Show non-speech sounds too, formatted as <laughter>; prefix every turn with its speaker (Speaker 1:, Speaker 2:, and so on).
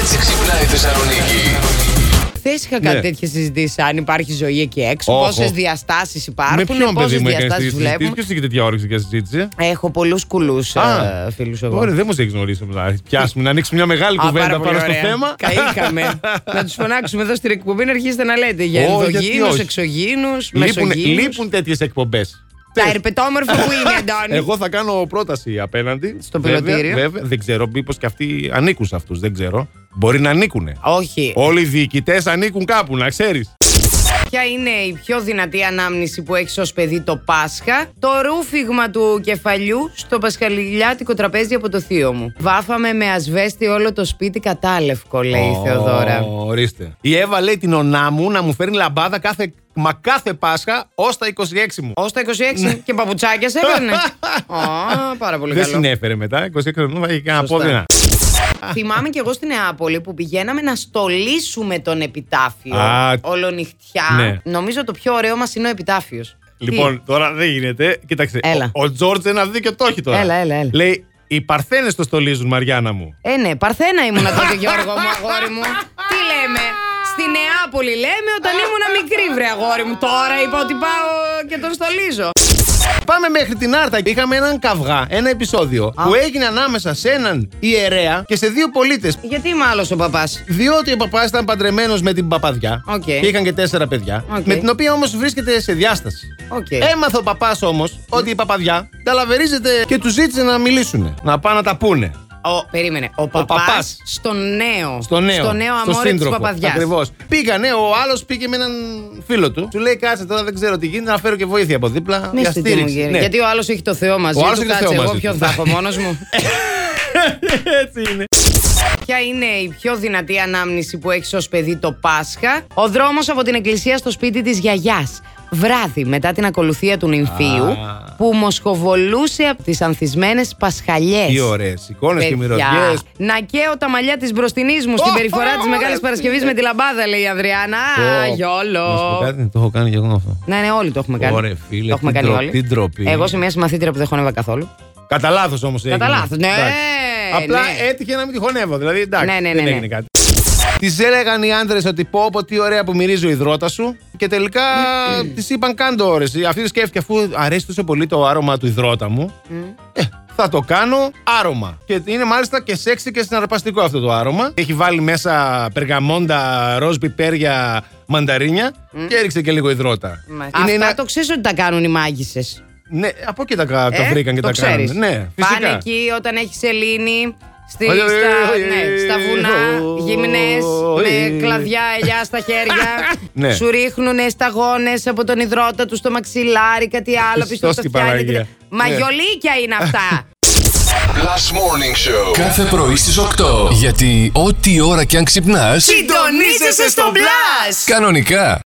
Speaker 1: έτσι ξυπνάει η Θεσσαλονίκη.
Speaker 2: Χθες είχα κάνει
Speaker 3: Ναι.
Speaker 2: τέτοιες συζητήσεις. Αν υπάρχει ζωή εκεί έξω,
Speaker 3: Όχο.
Speaker 2: πόσε διαστάσεις
Speaker 3: Με
Speaker 2: υπάρχουν,
Speaker 3: ποιον
Speaker 2: πόσε
Speaker 3: παιδί μου έκανε τη
Speaker 2: διαστάσει
Speaker 3: συζήτηση,
Speaker 2: βλέπουν.
Speaker 3: ποιος είχε τέτοια όρεξη για συζήτηση.
Speaker 2: Έχω πολλούς κουλούς
Speaker 3: Α,
Speaker 2: φίλους εγώ.
Speaker 3: Ωραία, δεν μα έχεις γνωρίσει μετά. Πιάσουμε να ανοίξουμε μια μεγάλη
Speaker 2: Α, πάρα
Speaker 3: κουβέντα
Speaker 2: πολύ
Speaker 3: πάνω στο
Speaker 2: ωραία.
Speaker 3: θέμα. <laughs>
Speaker 2: Καήκαμε. να τους φωνάξουμε εδώ στην εκπομπή να αρχίσετε να λέτε για
Speaker 3: Ω, γιατί
Speaker 2: ενδογίνους,
Speaker 3: όχι.
Speaker 2: εξωγήνου,
Speaker 3: Λείπουν,
Speaker 2: μεσογίνου.
Speaker 3: λείπουν τέτοιες εκπομπές.
Speaker 2: Τα ερπετόμορφα που
Speaker 3: <laughs>
Speaker 2: είναι, Αντώνη.
Speaker 3: Εγώ θα κάνω πρόταση απέναντι.
Speaker 2: Στο
Speaker 3: Βέβαια,
Speaker 2: πιλωτήριο.
Speaker 3: Βέβαια, δεν ξέρω, μήπως και αυτοί ανήκουν σε αυτούς. Δεν ξέρω. Μπορεί να ανήκουν.
Speaker 2: Όχι.
Speaker 3: Όλοι οι διοικητές ανήκουν κάπου, να ξέρεις.
Speaker 2: Ποια είναι η πιο δυνατή ανάμνηση που έχεις ως παιδί το Πάσχα, το ρούφιγμα του κεφαλιού στο πασχαλιλιάτικο τραπέζι από το θείο μου. Βάφαμε με ασβέστη όλο το σπίτι κατάλευκο, λέει η Θεοδώρα.
Speaker 3: Ω, Ορίστε. Η Εύα λέει την ονά μου να μου φέρνει λαμπάδα κάθε, μα κάθε Πάσχα ως τα 26 μου.
Speaker 2: Ως τα 26 και παπουτσάκια σε
Speaker 3: <laughs>
Speaker 2: έπαιρνες. Α, πάρα πολύ
Speaker 3: Ναι. Δεν
Speaker 2: καλό.
Speaker 3: συνέφερε μετά. 26 χρονών θα είχε κανένα
Speaker 2: Σωστά.
Speaker 3: πόδι να.
Speaker 2: Θυμάμαι κι εγώ στη Νεάπολη που πηγαίναμε να στολίσουμε τον επιτάφιο
Speaker 3: Α,
Speaker 2: ολονυχτιά.
Speaker 3: ναι.
Speaker 2: Νομίζω το πιο ωραίο μας είναι ο επιτάφιος.
Speaker 3: Λοιπόν, τώρα δεν γίνεται. Κοίταξε.
Speaker 2: Έλα.
Speaker 3: Ο, ο Τζόρτζ ένα δίκιο το έχει τώρα.
Speaker 2: Έλα, έλα, έλα.
Speaker 3: Λέει, οι Παρθένες το στολίζουν, Μαριάννα μου.
Speaker 2: Ε, ναι, Παρθένα ήμουνα τότε, Γιώργο μου, αγόρι μου. Τι λέμε. Στη Νεάπολη λέμε όταν ήμουνα μικρή, βρε αγόρι μου. Τώρα είπα ότι πάω και τον στολίζω.
Speaker 3: Πάμε μέχρι την Άρτα. Είχαμε έναν καυγά, ένα επεισόδιο που έγινε ανάμεσα σε έναν ιερέα και σε δύο πολίτες.
Speaker 2: Γιατί είμαι άλλος ο παπάς.
Speaker 3: Διότι ο παπάς ήταν παντρεμένος με την παπαδιά.
Speaker 2: Οκ.
Speaker 3: Και είχαν και τέσσερα παιδιά.
Speaker 2: Οκ.
Speaker 3: Με την οποία όμως βρίσκεται σε διάσταση.
Speaker 2: Οκ.
Speaker 3: Έμαθε ο παπάς όμως ότι η παπαδιά ταλαβερίζεται και τους ζήτησε να μιλήσουν. Να πάνε να τα πούνε.
Speaker 2: Ο, περίμενε. Ο παπάς
Speaker 3: παπάς.
Speaker 2: στο νέο.
Speaker 3: Στο νέο.
Speaker 2: αμόρι τη παπαδιάς.
Speaker 3: Ακριβώς. Πήγανε, ο άλλος πήγε με έναν φίλο του. Του λέει: Κάτσε τώρα, δεν ξέρω τι γίνεται, να φέρω και βοήθεια από δίπλα.
Speaker 2: Μη
Speaker 3: για
Speaker 2: στο
Speaker 3: στήριξη».
Speaker 2: μου,
Speaker 3: Ναι.
Speaker 2: Γιατί ο άλλος έχει το Θεό μαζί
Speaker 3: Ο άλλος
Speaker 2: του.
Speaker 3: έχει το
Speaker 2: Κάτσε,
Speaker 3: Θεό
Speaker 2: εγώ
Speaker 3: μαζί
Speaker 2: ποιον
Speaker 3: του.
Speaker 2: θα έχω μόνος μου.
Speaker 3: <laughs> Έτσι είναι.
Speaker 2: Ποια είναι η πιο δυνατή ανάμνηση που έχεις ως παιδί το Πάσχα. Ο δρόμος από την εκκλησία στο σπίτι της γιαγιάς. Βράδυ μετά την ακολουθία του νυμφίου
Speaker 3: Α.
Speaker 2: που μοσχοβολούσε από τις ανθισμένες πασχαλιές.
Speaker 3: Τι ωραίες εικόνες
Speaker 2: Παιδιά,
Speaker 3: και μυρωδιές.
Speaker 2: Να καίω τα μαλλιά της μπροστινής μου στην
Speaker 3: Ω,
Speaker 2: περιφορά της
Speaker 3: ωραία.
Speaker 2: Μεγάλη Παρασκευής με τη λαμπάδα, λέει η Αδριάννα. Α,
Speaker 3: Να σου πω
Speaker 2: γιόλο.
Speaker 3: κάτι, το έχω κάνει και εγώ αυτό.
Speaker 2: Ναι, ναι, όλοι το έχουμε κάνει.
Speaker 3: Ωραία, φίλε,
Speaker 2: το έχουμε
Speaker 3: τι
Speaker 2: κάνει
Speaker 3: ντρο-
Speaker 2: όλοι.
Speaker 3: τι ντροπή.
Speaker 2: Εγώ είμαι μια συμμαθήτρια που δεν χωνεύα καθόλου.
Speaker 3: Κατά λάθος όμως έγινε.
Speaker 2: Κατά λάθος, ναι,
Speaker 3: Εντάξει.
Speaker 2: ναι.
Speaker 3: Απλά έτυχε να μην τη χωνεύω. Δηλαδή εντάξει.
Speaker 2: Ναι, ναι, ναι,
Speaker 3: δεν
Speaker 2: ναι.
Speaker 3: έγινε κάτι. Τη έλεγαν οι άντρες ότι πω, πω τι ωραία που μυρίζει ο υδρότα σου. Και τελικά τη είπαν κάντο ώρες. Αυτή σκέφτηκε αφού αρέσει τόσο πολύ το άρωμα του υδρότα μου. Ε, θα το κάνω άρωμα. Και είναι μάλιστα και σεξι και συναρπαστικό αυτό το άρωμα. Έχει βάλει μέσα περγαμόντα, ροζ πιπέρια, μανταρίνια και έριξε και λίγο υδρότα.
Speaker 2: Αυτά
Speaker 3: ένα-
Speaker 2: το ξέρεις ότι τα κάνουν οι μάγισσες.
Speaker 3: Ναι, από εκεί τα, κα- τα
Speaker 2: Ε,
Speaker 3: βρήκαν και
Speaker 2: το
Speaker 3: τα
Speaker 2: ξέρεις.
Speaker 3: κάνανε. Ναι, φυσικά.
Speaker 2: Πάνε εκεί όταν έχεις σελήνη. Στη,
Speaker 3: Ωι, ωι,
Speaker 2: στα,
Speaker 3: ωι,
Speaker 2: ναι,
Speaker 3: ωι,
Speaker 2: στα βουνά,
Speaker 3: ωι,
Speaker 2: γυμνές,
Speaker 3: ωι.
Speaker 2: με κλαδιά, ελιά στα χέρια.
Speaker 3: <laughs> Ναι.
Speaker 2: Σου ρίχνουν σταγόνες από τον υδρότα του στο μαξιλάρι, κάτι άλλο πίσω από τα
Speaker 3: στην
Speaker 2: αυτιά.
Speaker 3: Παναγία. Ναι.
Speaker 2: Μαγιολίκια είναι αυτά.
Speaker 1: Last Morning Show.
Speaker 4: Κάθε πρωί στις 8. Γιατί ό,τι ώρα κι αν ξυπνάς,
Speaker 2: Συντονίζεσαι στο μπλα!
Speaker 4: κανονικά.